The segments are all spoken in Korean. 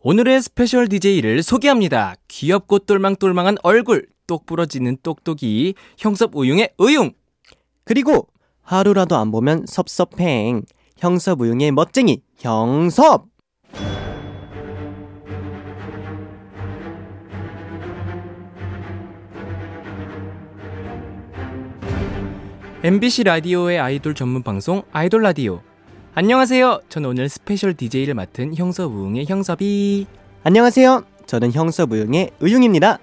오늘의 스페셜 DJ를 소개합니다. 귀엽고 똘망똘망한 얼굴, 똑부러지는 똑똑이, 형섭우융의 의융. 그리고 하루라도 안 보면 섭섭행 형섭우융의 멋쟁이 형섭 MBC 라디오의 아이돌 전문 방송 아이돌 라디오. 안녕하세요. 저는 오늘 스페셜 DJ를 맡은 형섭우웅의 형섭이. 안녕하세요 저는 형섭우융의 의융입니다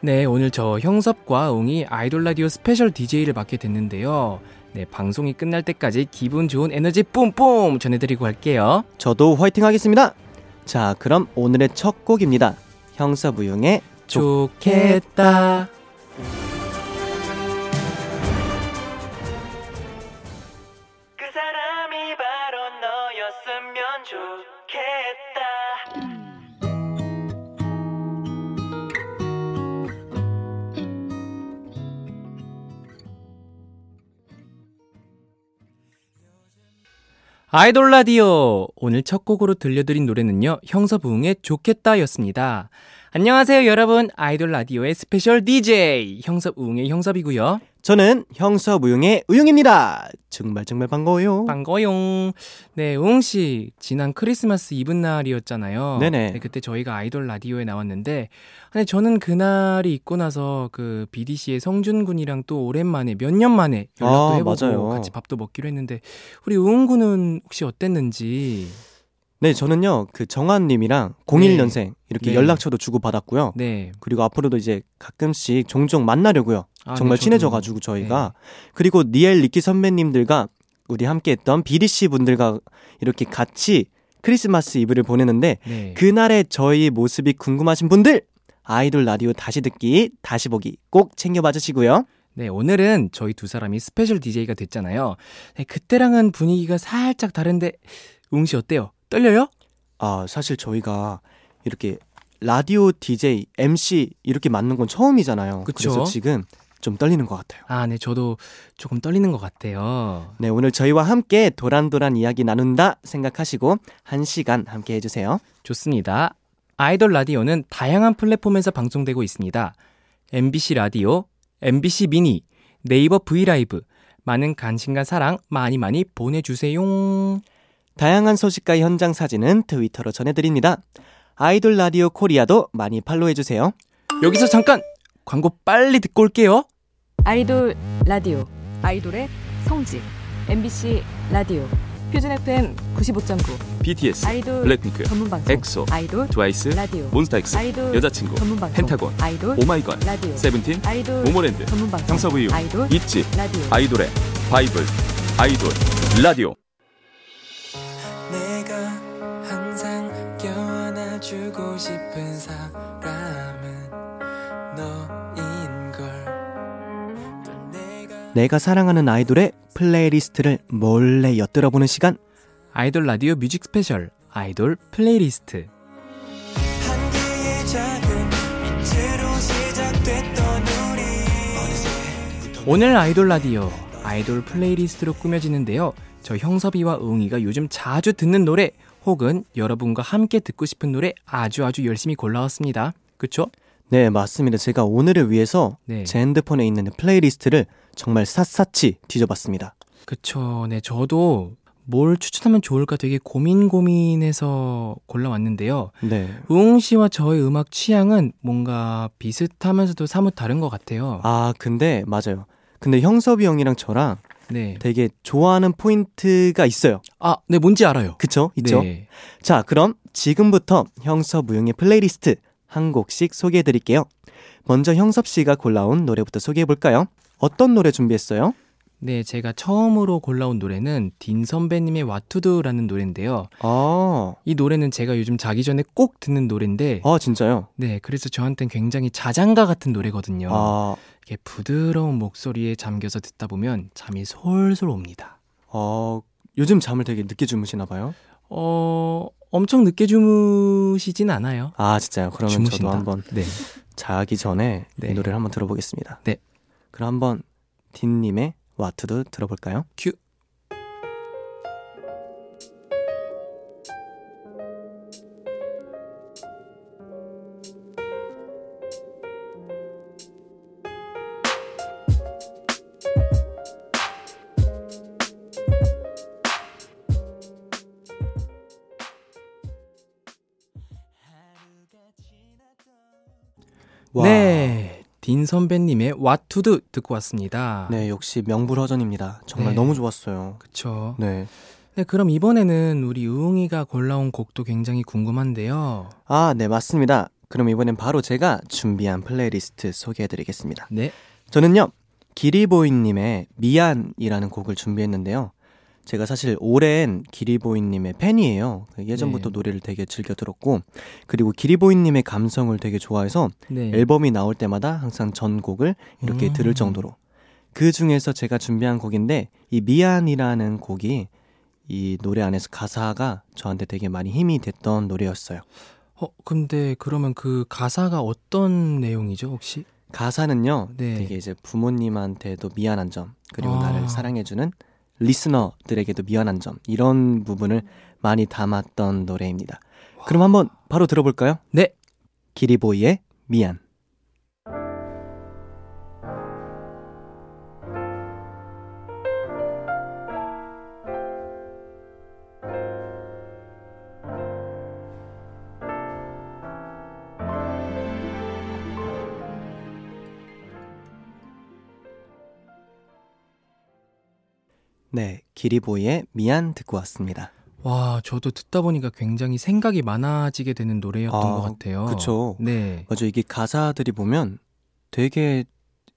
네, 오늘 저 형섭과 웅이 아이돌 라디오 스페셜 DJ를 맡게 됐는데요. 네, 방송이 끝날 때까지 기분 좋은 에너지 뿜뿜 전해드리고 갈게요. 저도 화이팅 하겠습니다 자 그럼 오늘의 첫 곡입니다 형섭우융의 좋겠다. 그 사람이 바로 너였으면 좋겠다. 아이돌 라디오 오늘 첫 곡으로 들려드린 노래는요 형서부흥의 좋겠다였습니다. 안녕하세요 여러분 아이돌 라디오의 스페셜 DJ 형섭우흥의 형섭이고요. 저는 형섭우융의 의융입니다 정말 정말 반가워요 반가용. 네 우흥 씨 지난 크리스마스 이브 날이었잖아요. 네네. 그때 저희가 아이돌 라디오에 나왔는데 근데 저는 그날이 있고 나서 그 BDC의 성준 군이랑 또 오랜만에 몇 년 만에 연락도 아, 해보고 맞아요. 같이 밥도 먹기로 했는데 우리 우흥 군은 혹시 어땠는지. 네 저는요 그 정한님이랑 01년생 이렇게 네. 연락처도 주고받았고요 네. 그리고 앞으로도 이제 가끔씩 종종 만나려고요 아, 네, 정말 저도. 친해져가지고 저희가 그리고 니엘 리키 선배님들과 우리 함께했던 비리 씨 분들과 이렇게 같이 크리스마스 이브를 보내는데 네. 예. 그날의 저희 모습이 궁금하신 분들 아이돌 라디오 다시 듣기 다시 보기 꼭 챙겨봐 주시고요. 네, 오늘은 저희 두 사람이 스페셜 DJ가 됐잖아요. 네, 그때랑은 분위기가 살짝 다른데, 웅씨 어때요? 떨려요? 아 사실 저희가 이렇게 라디오 DJ MC 이렇게 맞는 건 처음이잖아요. 그쵸? 그래서 지금 좀 떨리는 것 같아요. 아, 네, 저도 조금 떨리는 것 같아요. 네 오늘 저희와 함께 도란도란 이야기 나눈다 생각하시고 한 시간 함께 해주세요. 좋습니다. 아이돌 라디오는 다양한 플랫폼에서 방송되고 있습니다. MBC 라디오, MBC 미니, 네이버 브이라이브. 많은 관심과 사랑 많이 많이 보내주세요. 다양한 소식과 현장 사진은 트위터로 전해드립니다. 아이돌 라디오 코리아도 많이 팔로우해주세요. 여기서 잠깐! 광고 빨리 듣고 올게요. 아이돌 라디오 아이돌의 성지 MBC 라디오 표준 FM 95.9 BTS, 아이돌 블랙핑크, 전문 방송 엑소, 아이돌 트와이스, 라디오 몬스타엑스, 아이돌 여자친구, 전문 방송 펜타곤, 아이돌 오마이걸, 라디오 세븐틴, 아이돌 모모랜드, 전문 방송 형서부유, 아이돌 있지, 라디오 아이돌의 바이블, 아이돌, 라디오. 내가 항상 껴안아주고 싶은 사람은 너인 걸. 내가 내가 사랑하는 아이돌의 플레이리스트를 몰래 엿들어보는 시간. 아이돌 라디오 뮤직 스페셜, 아이돌 플레이리스트. 한 개의 작은 빛으로 시작됐던 우리 어느새 오늘 아이돌 라디오 아이돌 플레이리스트로 꾸며지는데요. 저 형섭이와 응이가 요즘 자주 듣는 노래 혹은 여러분과 함께 듣고 싶은 노래 아주 아주 열심히 골라왔습니다. 그쵸? 네, 맞습니다. 제가 오늘을 위해서 네. 제 핸드폰에 있는 플레이리스트를 정말 샅샅이 뒤져봤습니다. 그쵸. 네, 저도 뭘 추천하면 좋을까 되게 고민 고민해서 골라왔는데요. 네. 응 씨와 저의 음악 취향은 뭔가 비슷하면서도 사뭇 다른 것 같아요. 아, 근데 맞아요. 근데 형섭이 형이랑 저랑 네. 되게 좋아하는 포인트가 있어요. 아, 네, 뭔지 알아요. 그쵸? 있죠? 네. 자, 그럼 지금부터 형섭무용의 플레이리스트 한 곡씩 소개해 드릴게요. 먼저 형섭 씨가 골라온 노래부터 소개해 볼까요? 어떤 노래 준비했어요? 네, 제가 처음으로 골라온 노래는 딘 선배님의 와투드라는 노래인데요. 아, 이 노래는 제가 요즘 자기 전에 꼭 듣는 노래인데 아 진짜요? 네 그래서 저한텐 굉장히 자장가 같은 노래거든요 아, 이렇게 부드러운 목소리에 잠겨서 듣다 보면 잠이 솔솔 옵니다 어, 요즘 잠을 되게 늦게 주무시나 봐요. 어 엄청 늦게 주무시진 않아요 아, 진짜요? 그러면 주무신다 저도 한번 네. 자기 전에 네. 이 노래를 한번 들어보겠습니다. 네. 그럼 한번 딘님의 와트도 들어볼까요? 큐. 와. 네, 딘 선배님의 What to Do 듣고 왔습니다. 네, 역시 명불허전입니다. 정말 네. 너무 좋았어요. 그쵸. 네. 네, 그럼 이번에는 우리 우웅이가 골라온 곡도 굉장히 궁금한데요. 아, 네, 맞습니다. 그럼 이번엔 바로 제가 준비한 플레이리스트 소개해드리겠습니다. 네, 저는요, 기리보이님의 미안이라는 곡을 준비했는데요. 제가 사실 오랜 기리보이님의 팬이에요. 그 예전부터 네. 노래를 되게 즐겨 들었고, 그리고 기리보이님의 감성을 되게 좋아해서 네. 앨범이 나올 때마다 항상 전곡을 이렇게 음. 들을 정도로 그 중에서 제가 준비한 곡인데 이 미안이라는 곡이 이 노래 안에서 가사가 저한테 되게 많이 힘이 됐던 노래였어요. 어, 근데 그러면 그 가사가 어떤 내용이죠, 혹시? 가사는요, 네. 되게 이제 부모님한테도 미안한 점 그리고 아. 나를 사랑해주는 리스너들에게도 미안한 점 이런 부분을 많이 담았던 노래입니다. 그럼 한번 바로 들어볼까요? 네. 기리보이의 미안. 네, 기리보이의 미안 듣고 왔습니다. 와, 저도 듣다 보니까 굉장히 생각이 많아지게 되는 노래였던 아, 것 같아요. 그쵸. 어, 네. 맞아 이게 가사들이 보면 되게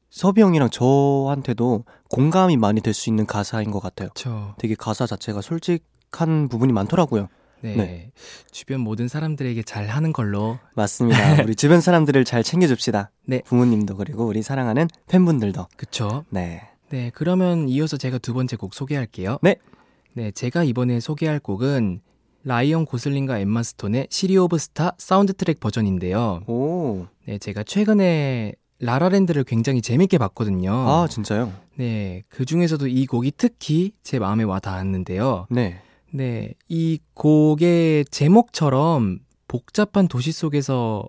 섭이 형이랑 저한테도 공감이 많이 될 수 있는 가사인 것 같아요. 그쵸. 되게 가사 자체가 솔직한 부분이 많더라고요. 네. 네. 주변 모든 사람들에게 잘 하는 걸로. 맞습니다. 우리 주변 사람들을 잘 챙겨줍시다. 네. 부모님도 그리고 우리 사랑하는 팬분들도. 그쵸. 네. 네, 그러면 이어서 제가 두 번째 곡 소개할게요. 네. 네, 제가 이번에 소개할 곡은 라이언 고슬링과 엠마 스톤의 시리 오브 스타 사운드 트랙 버전인데요. 오. 네, 제가 최근에 라라랜드를 굉장히 재밌게 봤거든요. 아 진짜요? 네, 그 중에서도 이 곡이 특히 제 마음에 와 닿았는데요. 네. 네, 이 곡의 제목처럼 복잡한 도시 속에서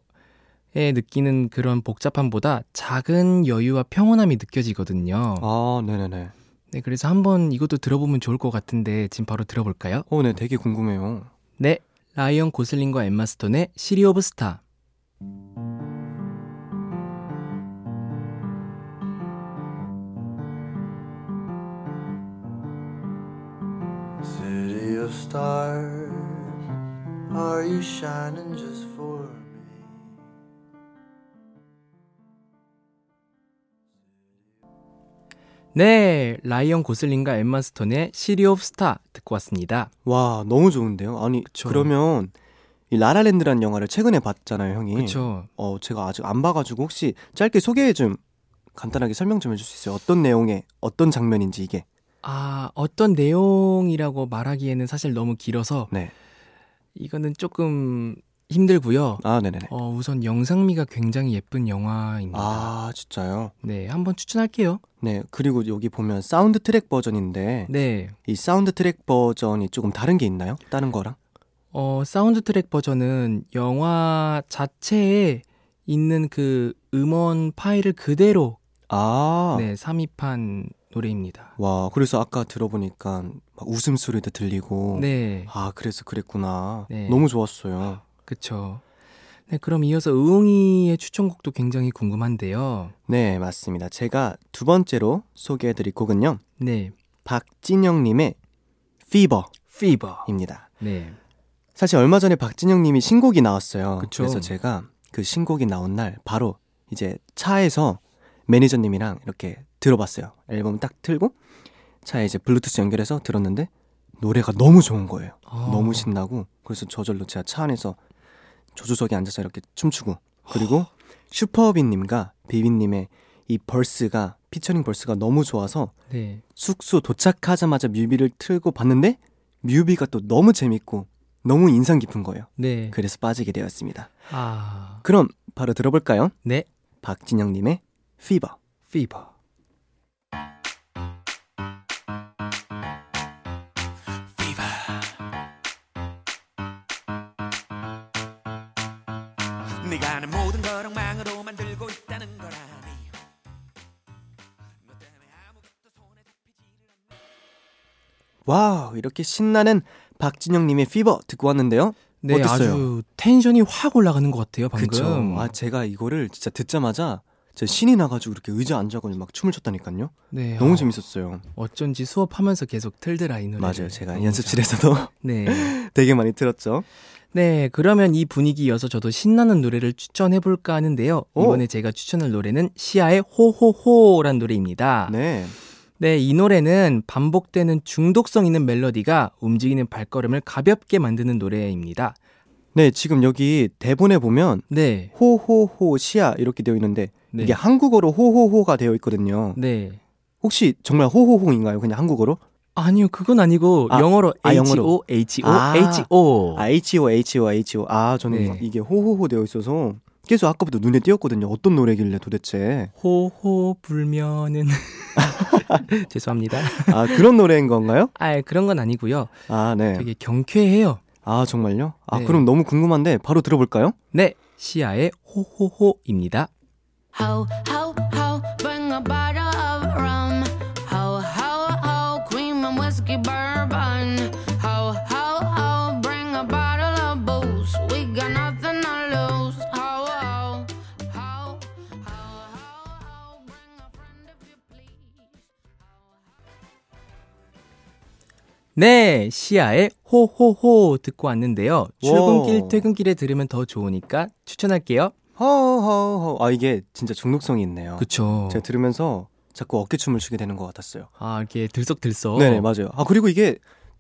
에 느끼는 그런 복잡함보다 작은 여유와 평온함이 느껴지거든요. 아 네네네. 네, 그래서 한번 이것도 들어보면 좋을 것 같은데 지금 바로 들어볼까요? 오네 되게 궁금해요. 네, 라이언 고슬링과 엠마 스톤의 시리 오브 스타. City of stars, are you shining just for me? 네, 라이언 고슬링과 엠마 스톤의 시리 오브 스타 듣고 왔습니다. 와 너무 좋은데요. 아니 그쵸. 그러면이 라라랜드라는 영화를 최근에 봤잖아요, 형이. 그렇죠. 어, 제가 아직 안 봐가지고 혹시 짧게 소개 좀 간단하게 설명 좀 해줄 수 있어요? 어떤 내용의 어떤 장면인지 이게. 아, 어떤 내용이라고 말하기에는 사실 너무 길어서 네. 이거는 조금 힘들고요. 아, 네네네. 어, 우선 영상미가 굉장히 예쁜 영화입니다. 아, 진짜요? 네, 한번 추천할게요. 네. 그리고 여기 보면 사운드 트랙 버전인데 네. 이 사운드 트랙 버전이 조금 다른 게 있나요? 다른 거랑? 어, 사운드 트랙 버전은 영화 자체에 있는 그 음원 파일을 그대로 아. 네, 삽입한 노래입니다. 와, 그래서 아까 들어보니까 막 웃음소리도 들리고. 네. 아, 그래서 그랬구나. 네. 너무 좋았어요. 그쵸. 네, 그럼 이어서 우웅이의 추천곡도 굉장히 궁금한데요. 네, 맞습니다. 제가 두 번째로 소개해드릴 곡은요. 네. 박진영님의 피버입니다. 피버. 네. 사실 얼마 전에 박진영 님이 신곡이 나왔어요. 그쵸. 그래서 제가 그 신곡이 나온 날 바로 이제 차에서 매니저 님이랑 이렇게 들어봤어요. 앨범 딱 틀고 차에 이제 블루투스 연결해서 들었는데 노래가 너무 좋은 거예요. 어. 너무 신나고 그래서 저절로 제가 차 안에서 조수석에 앉아서 이렇게 춤추고 그리고 아. 슈퍼비 님과 비비 님의 이 벌스가 피처링 벌스가 너무 좋아서 네. 숙소 도착하자마자 뮤비를 틀고 봤는데 뮤비가 또 너무 재밌고 너무 인상 깊은 거예요. 네. 그래서 빠지게 되었습니다. 아. 그럼 바로 들어볼까요? 네. 박진영 님의 피버. 피버. 네가 아는 모든 걸 엉망으로 만들고 있다는 걸 아니 너 때문에 아무것도 손에 잡히지를 않네 와우, 이렇게 신나는 박진영 님의 피버 듣고 왔는데요. 네, 어땠어요? 아주 텐션이 확 올라가는 것 같아요, 방금. 그쵸. 아 제가 이거를 진짜 듣자마자 제 신이 나가지고 이렇게 의자 앉아가지고 막 춤을 췄다니까요. 네, 너무 어, 재밌었어요. 어쩐지 수업하면서 계속 틀더라 이 노래. 맞아요. 제가 연습실에서도 네. 되게 많이 들었죠. 네, 그러면 이 분위기 이어서 저도 신나는 노래를 추천해 볼까 하는데요. 오. 이번에 제가 추천할 노래는 시아의 호호호란 노래입니다. 네. 네, 이 노래는 반복되는 중독성 있는 멜로디가 움직이는 발걸음을 가볍게 만드는 노래입니다. 네 지금 여기 대본에 보면 네. 호호호 시야 이렇게 되어 있는데 네. 이게 한국어로 호호호가 되어 있거든요. 네. 혹시 정말 호호호인가요? 그냥 한국어로? 아니요, 그건 아니고 아, 영어로 아, H 영어로. O H O 아. H O. 아, H.O. H.O. H.O. 아 저는 네. 이게 호호호 되어 있어서 계속 아까부터 눈에 띄었거든요. 어떤 노래길래 도대체? 호호 불면은 죄송합니다. 아 그런 노래인 건가요? 아, 그런 건 아니고요. 아 네. 되게 경쾌해요. 아 정말요? 아 네. 그럼 너무 궁금한데 바로 들어볼까요? 네, 시아의 호호호입니다. Ho, ho, ho, bring a bottle of rum. Ho, ho, ho, cream and whiskey bourbon. Ho, ho, ho, bring a bottle of booze. We got nothing to lose. Ho, ho, ho, ho, ho, ho, bring a friend if you please. 네, 시아의 호호호 듣고 왔는데요. 출근길, 오. 퇴근길에 들으면 더 좋으니까 추천할게요. 호호호. 아 이게 진짜 중독성이 있네요. 그쵸. 아, 제가 들으면서 자꾸 어깨춤을 추게 되는 것 같았어요. 아, 이게 들썩들썩. 네네 맞아요. 아 그리고 이게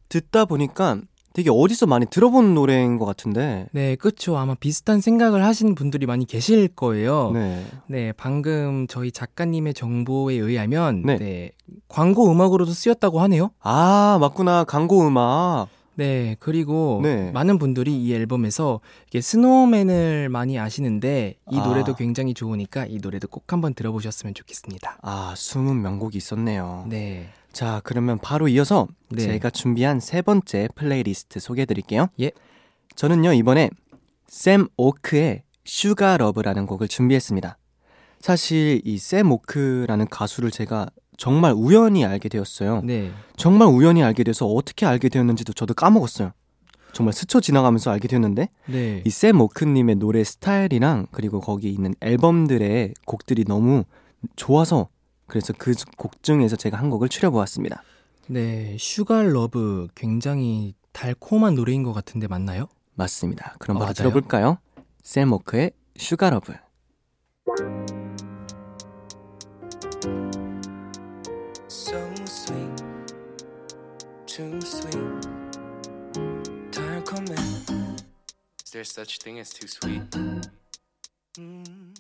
듣다 보니까 되게 어디서 많이 들어본 노래인 것 같은데. 네, 그쵸. 아마 비슷한 생각을 하신 분들이 많이 계실 거예요. 네. 네. 방금 저희 작가님의 정보에 의하면, 네. 네. 광고 음악으로도 쓰였다고 하네요. 아 맞구나 광고 음악. 네, 그리고 네. 많은 분들이 이 앨범에서 이게 스노우맨을 많이 아시는데, 이 아. 노래도 굉장히 좋으니까 이 노래도 꼭 한번 들어보셨으면 좋겠습니다. 아 숨은 명곡이 있었네요. 네. 자 그러면 바로 이어서 네. 제가 준비한 세 번째 플레이리스트 소개해드릴게요. 예. 저는요 이번에 샘 오크의 슈가 러브라는 곡을 준비했습니다. 사실 이 샘 오크라는 가수를 제가 정말 우연히 알게 되었어요. 네. 정말 우연히 알게 돼서 어떻게 알게 되었는지도 저도 까먹었어요. 정말 스쳐 지나가면서 알게 되었는데 네. 이 샘 오크님의 노래 스타일이랑 그리고 거기 있는 앨범들의 곡들이 너무 좋아서 그래서 그 곡 중에서 제가 한 곡을 추려보았습니다. 네, 슈가 러브 굉장히 달콤한 노래인 것 같은데 맞나요? 맞습니다. 그럼 아, 바로 맞아요? 들어볼까요? 샘 오크의 슈가러브. So sweet, too sweet. 달콤해. Is there such thing as too sweet? 음. Mm.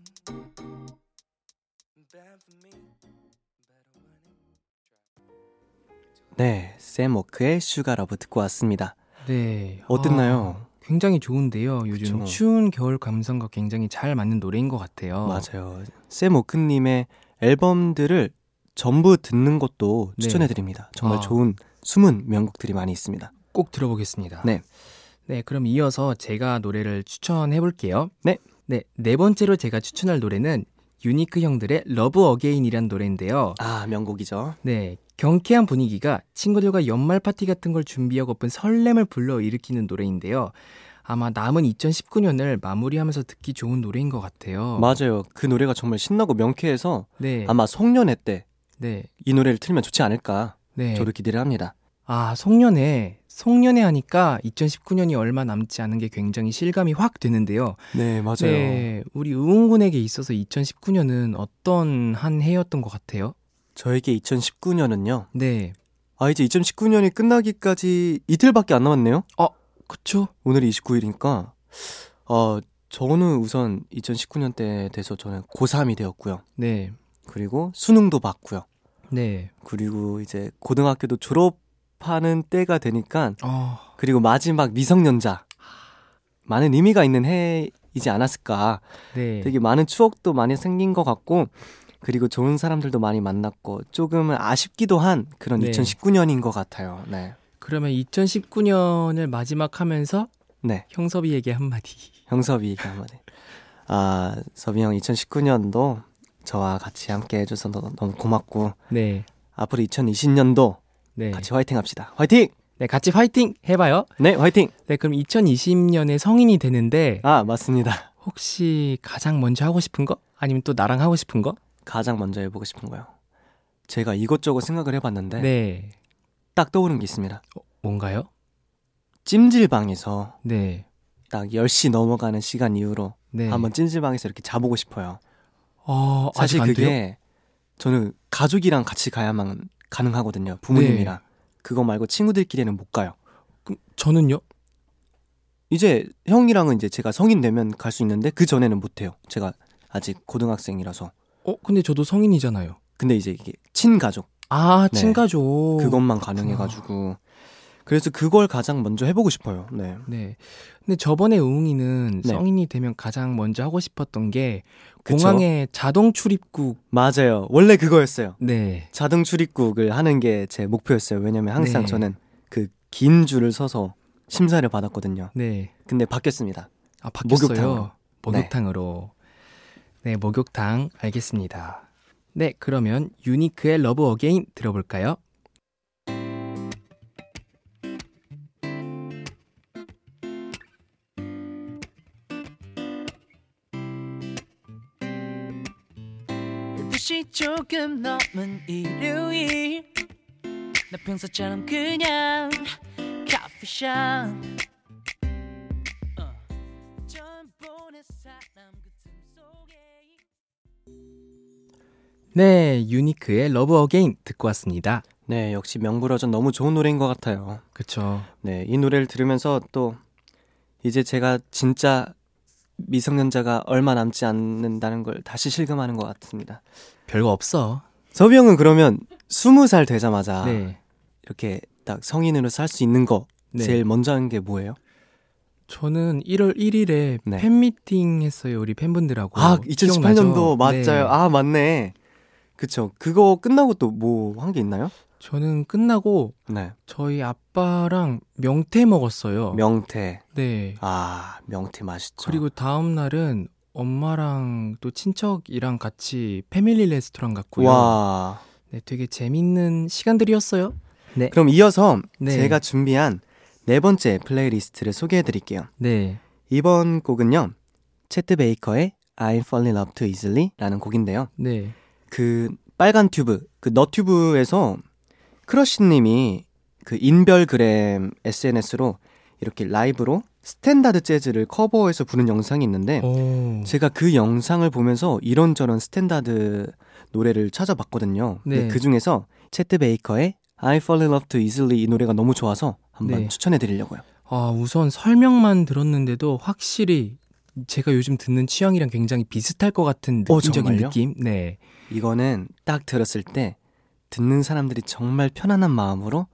Bad for me, better when it- 네, 샘 오크의 슈가러브 듣고 왔습니다. 네. 어땠나요? 아, 굉장히 좋은데요. 요즘 그쵸. 추운 겨울 감성과 굉장히 잘 맞는 노래인 것 같아요. 어. 맞아요. 샘 오크님의 앨범들을 전부 듣는 것도 네. 추천해드립니다. 정말 아. 좋은 숨은 명곡들이 많이 있습니다. 꼭 들어보겠습니다. 네. 네, 그럼 이어서 제가 노래를 추천해 볼게요. 네. 네, 네 번째로 제가 추천할 노래는 유니크 형들의 러브 어게인이란 노래인데요. 아, 명곡이죠. 네, 경쾌한 분위기가 친구들과 연말 파티 같은 걸 준비하고픈 설렘을 불러일으키는 노래인데요. 아마 남은 2019년을 마무리하면서 듣기 좋은 노래인 것 같아요. 맞아요. 그 노래가 정말 신나고 명쾌해서 네, 아마 송년회 때 이 네, 노래를 틀면 좋지 않을까 네. 저도 기대를 합니다. 아, 송년회. 송년회 하니까 2019년이 얼마 남지 않은 게 굉장히 실감이 확 되는데요. 네, 맞아요. 네, 우리 의원군에게 있어서 2019년은 어떤 한 해였던 것 같아요? 저에게 2019년은요. 네, 아, 이제 2019년이 끝나기까지 이틀밖에 안 남았네요. 그쵸? 오늘이 29일이니까. 어, 저는 우선 2019년 때 돼서 저는 고3이 되었고요. 네, 그리고 수능도 봤고요. 네. 그리고 이제 고등학교도 졸업하는 때가 되니까 아, 그리고 마지막 미성년자 많은 의미가 있는 해이지 않았을까 네. 되게 많은 추억도 많이 생긴 것 같고 그리고 좋은 사람들도 많이 만났고 조금은 아쉽기도 한 그런 네. 2019년인 것 같아요 네. 그러면 2019년을 마지막 하면서 네 형섭이에게 한마디. 형섭이가 그 한마디 아 섭이 형 2019년도 저와 같이 함께 해줘서 너- 너무 고맙고 네. 앞으로 2020년도 네. 같이 화이팅 합시다 화이팅 네, 같이 화이팅 해봐요. 네, 화이팅! 네, 그럼 2020년에 성인이 되는데 아, 맞습니다. 혹시 가장 먼저 하고 싶은 거? 아니면 또 나랑 하고 싶은 거? 가장 먼저 해보고 싶은 거요. 제가 이것저것 생각을 해봤는데, 네. 딱 떠오른 게 있습니다. 뭔가요? 찜질방에서 네. 딱 10시 넘어가는 시간 이후로 네. 한번 찜질방에서 이렇게 자보고 싶어요. 어, 사실 아직 안 돼요? 그게 저는 가족이랑 같이 가야만 가능하거든요. 부모님이랑. 네. 그거 말고 친구들끼리는 못 가요. 저는요? 이제 형이랑은 이제 제가 성인 되면 갈 수 있는데 그 전에는 못 해요. 제가 아직 고등학생이라서. 어, 근데 저도 성인이잖아요. 근데 이제 이게 친가족 아, 네. 친가족. 그것만 가능해 가지고 그래서 그걸 가장 먼저 해 보고 싶어요. 네. 네. 근데 저번에 우웅이는 네. 성인이 되면 가장 먼저 하고 싶었던 게 그쵸? 공항에 자동 출입국. 맞아요. 원래 그거였어요. 네. 자동 출입국을 하는 게 제 목표였어요. 왜냐면 항상 네. 저는 그 긴 줄을 서서 심사를 받았거든요. 네. 근데 바뀌었습니다. 아, 바뀌었어요. 목욕탕으로. 목욕탕으로. 네, 목욕탕 알겠습니다. 네, 그러면 유니크의 러브 어게인 들어볼까요? 시 조금 넘은 일요일 나 평소처럼 그냥 커피숍 어. 처음 보는 사람 그틈 속에 네, 유니크의 러브 어게인 듣고 왔습니다. 네, 역시 명불허전 너무 좋은 노래인 것 같아요. 그쵸. 네, 이 노래를 들으면서 또 이제 제가 진짜 미성년자가 얼마 남지 않는다는 걸 다시 실감하는 것 같습니다. 별거 없어. 서비 형은 그러면 스무 살 되자마자 네. 이렇게 딱 성인으로 살 수 있는 거 네. 제일 먼저 한 게 뭐예요? 저는 1월 1일에 네. 팬미팅 했어요. 우리 팬분들하고. 아, 기억나죠? 2018년도 맞아요. 네. 아, 맞네. 그쵸. 그거 끝나고 또 뭐 한 게 있나요? 저는 끝나고 네. 저희 아빠랑 명태 먹었어요. 명태. 네. 아, 명태 맛있죠. 그리고 다음 날은 엄마랑 또 친척이랑 같이 패밀리 레스토랑 갔고요. 와. 네, 되게 재밌는 시간들이었어요. 네. 그럼 이어서 네. 제가 준비한 네 번째 플레이리스트를 소개해 드릴게요. 네. 이번 곡은요. 채트 베이커의 I Fall in Love Too Easily 라는 곡인데요. 네. 그 빨간 튜브, 그 너튜브에서 크러쉬 님이 그 인별그램 SNS로 이렇게 라이브로 스탠다드 재즈를 커버해서 부는 영상이 있는데 오. 제가 그 영상을 보면서 이런저런 스탠다드 노래를 찾아봤거든요. 네. 근데 그 중에서 채트 베이커의 I Fall in Love Too Easily 이 노래가 너무 좋아서 한번 네. 추천해 드리려고요. 아, 우선 설명만 들었는데도 확실히 제가 요즘 듣는 취향이랑 굉장히 비슷할 것 같은 어, 느낌적인 정말요? 느낌. 네. 이거는 딱 들었을 때 듣는 사람들이 정말 편안한 마음으로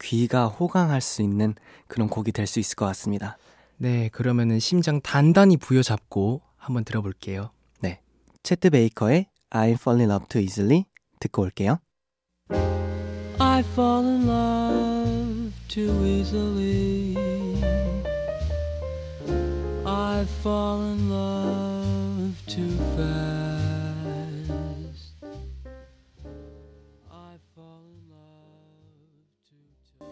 귀가 호강할 수 있는 그런 곡이 될 수 있을 것 같습니다. 네, 그러면은 심장 단단히 부여잡고 한번 들어볼게요. 채트 베이커의 I Fall in Love Too Easily 듣고 올게요. I fall in love too easily. I fall in love too fast. I fall in love too.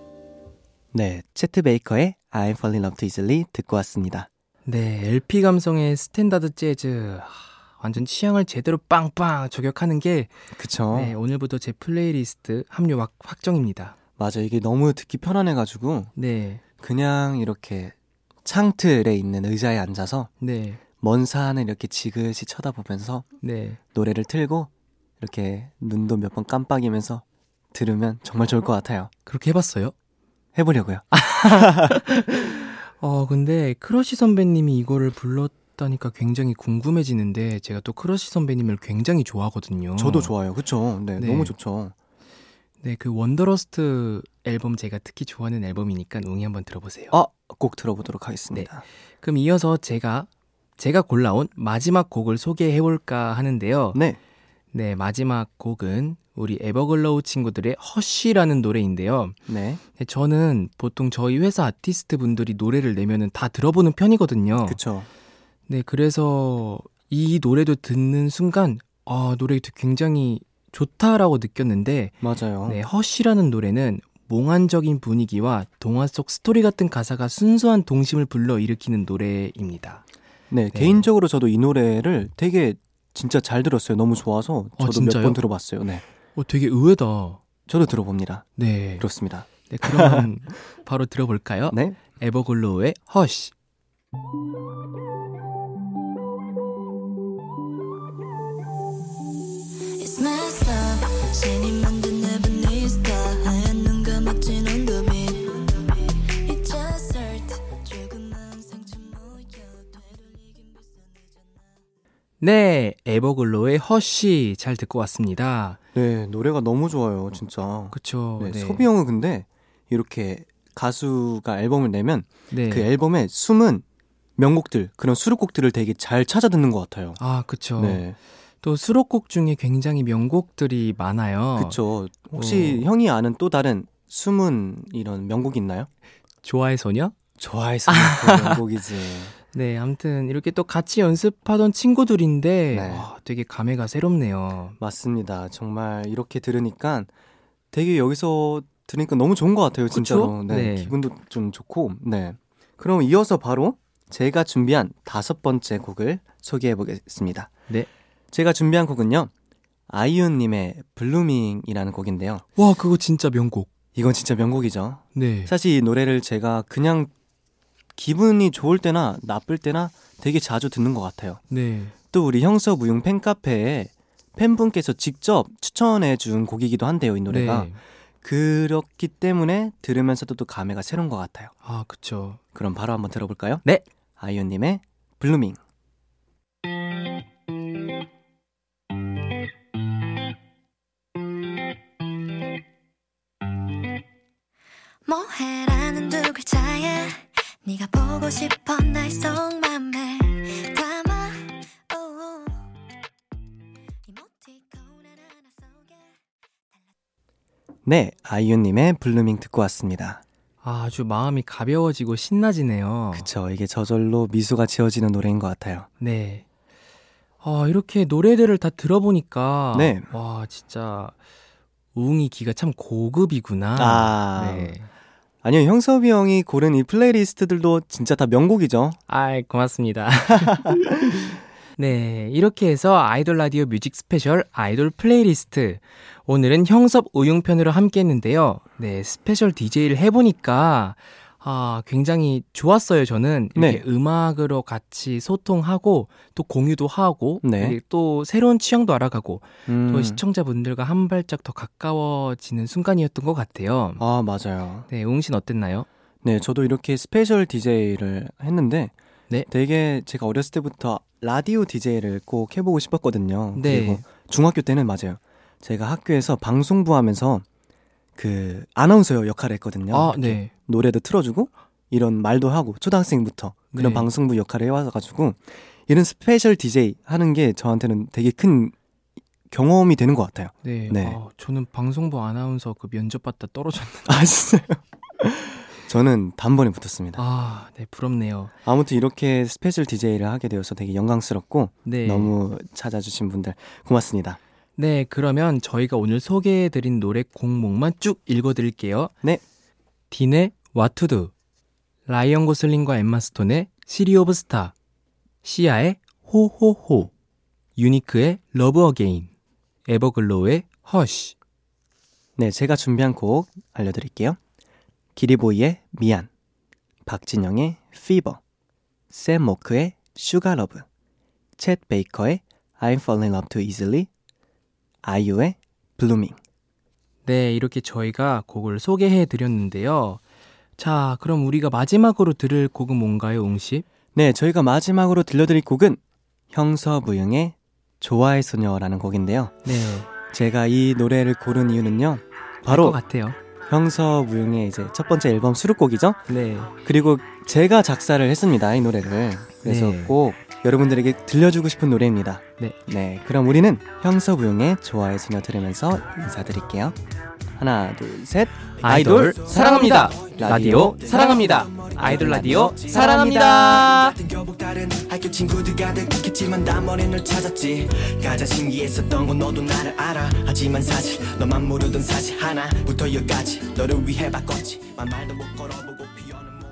네, 채트 베이커의 I Fall in Love Too Easily 듣고 왔습니다. 네, LP 감성의 스탠다드 재즈. 하, 완전 취향을 제대로 빵빵 저격하는 게 그쵸? 네, 오늘부터 제 플레이리스트 합류 확, 확정입니다. 맞아, 이게 너무 듣기 편안해가지고 네. 그냥 이렇게 창틀에 있는 의자에 앉아서 네. 먼 산을 이렇게 지그시 쳐다보면서 네. 노래를 틀고 이렇게 눈도 몇 번 깜빡이면서 들으면 정말 좋을 것 같아요. 그렇게 해 봤어요? 해보려고요. 아, 어, 근데 크러쉬 선배님이 이거를 불렀다니까 굉장히 궁금해지는데 제가 또 크러쉬 선배님을 굉장히 좋아하거든요. 좋아요. 그쵸? 네, 어. 네. 너무 좋죠. 네, 그 원더러스트 앨범 제가 특히 좋아하는 앨범이니까 웅이 한번 들어보세요. 아, 꼭 들어보도록 하겠습니다. 그럼 이어서 제가 제가 골라온 마지막 곡을 소개해 볼까 하는데요. 네. 네, 마지막 곡은 우리 에버글로우 친구들의 허쉬라는 노래인데요. 네. 네, 저는 보통 저희 회사 아티스트 분들이 노래를 내면은 다 들어보는 편이거든요. 그쵸. 네, 그래서 이 노래도 듣는 순간 아, 노래 굉장히 좋다라고 느꼈는데 맞아요. 네, 허쉬라는 노래는 몽환적인 분위기와 동화 속 스토리 같은 가사가 순수한 동심을 불러일으키는 노래입니다. 네, 개인적으로 저도 이 노래를 되게 진짜 잘 들었어요. 너무 좋아서 아, 저도 몇 진짜요? 번 들어봤어요. 네, 어, 되게 의외다. 저도 들어봅니다. 네. 그렇습니다. 네 그럼 바로 들어볼까요? 네, 에버글로우의 허쉬. It's messed up 신이 만든 내 베니스타 하얀 눈과 막진 온도빛 It just hurt 조그만 상처 모여 되돌리긴 비싼 네, 에버글로우의 허쉬 잘 듣고 왔습니다. 네 노래가 너무 좋아요, 진짜. 그쵸. 네, 소비 형은 근데 이렇게 가수가 앨범을 내면 네. 그 앨범에 숨은 명곡들 그런 수록곡들을 되게 잘 찾아 듣는 것 같아요. 아, 그쵸. 네, 또 수록곡 중에 굉장히 명곡들이 어. 많아요. 그쵸. 혹시 어. 형이 아는 또 다른 숨은 이런 명곡이 있나요? 좋아해 소녀? 좋아해서 명곡이지. 네, 아무튼 이렇게 또 같이 연습하던 친구들인데 네. 와, 되게 감회가 새롭네요. 맞습니다. 정말 이렇게 들으니까 되게 여기서 들으니까 너무 좋은 것 같아요, 진짜로. 그쵸? 네, 네. 기분도 좀 좋고. 네. 그럼 이어서 바로 제가 준비한 다섯 번째 곡을 소개해 보겠습니다. 네. 제가 준비한 곡은요. 아이유님의 블루밍이라는 곡인데요. 와, 그거 진짜 명곡. 이건 진짜 명곡이죠. 네. 사실 이 노래를 제가 그냥 기분이 좋을 때나 나쁠 때나 되게 자주 듣는 것 같아요. 네. 또 우리 형서무용 팬카페에 팬분께서 직접 추천해 준 곡이기도 한데요, 이 노래가. 네. 그렇기 때문에 들으면서도 또 감회가 새로운 것 같아요. 아, 그쵸. 그럼 바로 한번 들어볼까요? 네. 아이유님의 블루밍. 뭐해라는 두 글자에 네가 보고 싶어 날 속맘에 담아 오. 이모티콘 하나 속에 네, 아이유님의 블루밍 듣고 왔습니다. 아, 아주 마음이 가벼워지고 신나지네요. 그쵸, 이게 저절로 미소가 지어지는 노래인 것 같아요. 네. 아, 이렇게 노래들을 다 들어보니까 네. 와, 진짜 우웅이 기가 참 고급이구나. 아. 네. 아니요, 형섭이 형이 고른 이 플레이리스트들도 진짜 다 명곡이죠. 아이, 고맙습니다. 네, 이렇게 해서 아이돌 라디오 뮤직 스페셜 아이돌 플레이리스트. 오늘은 형섭 우용편으로 함께 했는데요. 네, 스페셜 DJ를 해보니까, 아, 굉장히 좋았어요, 저는. 이렇게 네. 음악으로 같이 소통하고, 또 공유도 하고, 네. 그리고 또 새로운 취향도 알아가고, 또 음. 시청자분들과 한 발짝 더 가까워지는 순간이었던 것 같아요. 아, 맞아요. 네, 우웅 씨는 어땠나요? 네, 저도 이렇게 스페셜 DJ를 했는데 네. 되게 제가 어렸을 때부터 라디오 DJ를 꼭 해보고 싶었거든요. 네. 그리고 중학교 때는 맞아요. 제가 학교에서 방송부 하면서 그 아나운서 역할을 했거든요. 아, 이렇게 네. 노래도 틀어주고 이런 말도 하고 초등학생부터 그런 네. 방송부 역할을 해와가지고 이런 스페셜 DJ 하는 게 저한테는 되게 큰 경험이 되는 것 같아요. 네. 네. 아, 저는 방송부 아나운서 그 면접 받다 떨어졌는데. 아 진짜요? 저는 단번에 붙었습니다. 아, 네, 부럽네요. 아무튼 이렇게 스페셜 DJ를 하게 되어서 되게 영광스럽고 네. 너무 찾아주신 분들 고맙습니다. 네, 그러면 저희가 오늘 소개해드린 노래 곡목만 쭉 읽어드릴게요. 네. 딘의 와투두, 라이언 고슬링과 엠마 스톤의 시리 오브 스타, 시아의 호호호, 유니크의 러브 어게인, 에버글로우의 허쉬. 네, 제가 준비한 곡 알려드릴게요. 기리보이의 미안, 박진영의 피버, 샘 모크의 슈가 러브, 챗 베이커의 I'm Falling in Love Too Easily, 아이유의 블루밍. 네, 이렇게 저희가 곡을 소개해드렸는데요. 자, 그럼 우리가 마지막으로 들을 곡은 뭔가요, 웅씨? 네, 저희가 마지막으로 들려드릴 곡은 형서무용의 좋아해 소녀라는 곡인데요. 네, 제가 이 노래를 고른 이유는요. 바로 것 바로 같아요. 형서무용의 이제 첫 번째 앨범 수록곡이죠. 네. 그리고 제가 작사를 했습니다. 이 노래를. 그래서 네. 꼭 여러분들에게 들려주고 싶은 노래입니다. 네. 그럼 우리는 형서무용의 좋아해 소녀 들으면서 인사드릴게요. 하나 둘 셋. 아이돌 사랑합니다. 라디오 사랑합니다. 아이돌 라디오 사랑합니다. 같은 교복 다른 학교 친구들 가득 있겠지만 단번에 널 찾았지 가장 신기했었던 건 너도 나를 알아 하지만 사실 너만 모르던 사실 하나부터 열까지 너를 위해 바꿨지 말 말도 못 걸어보고 피어는 못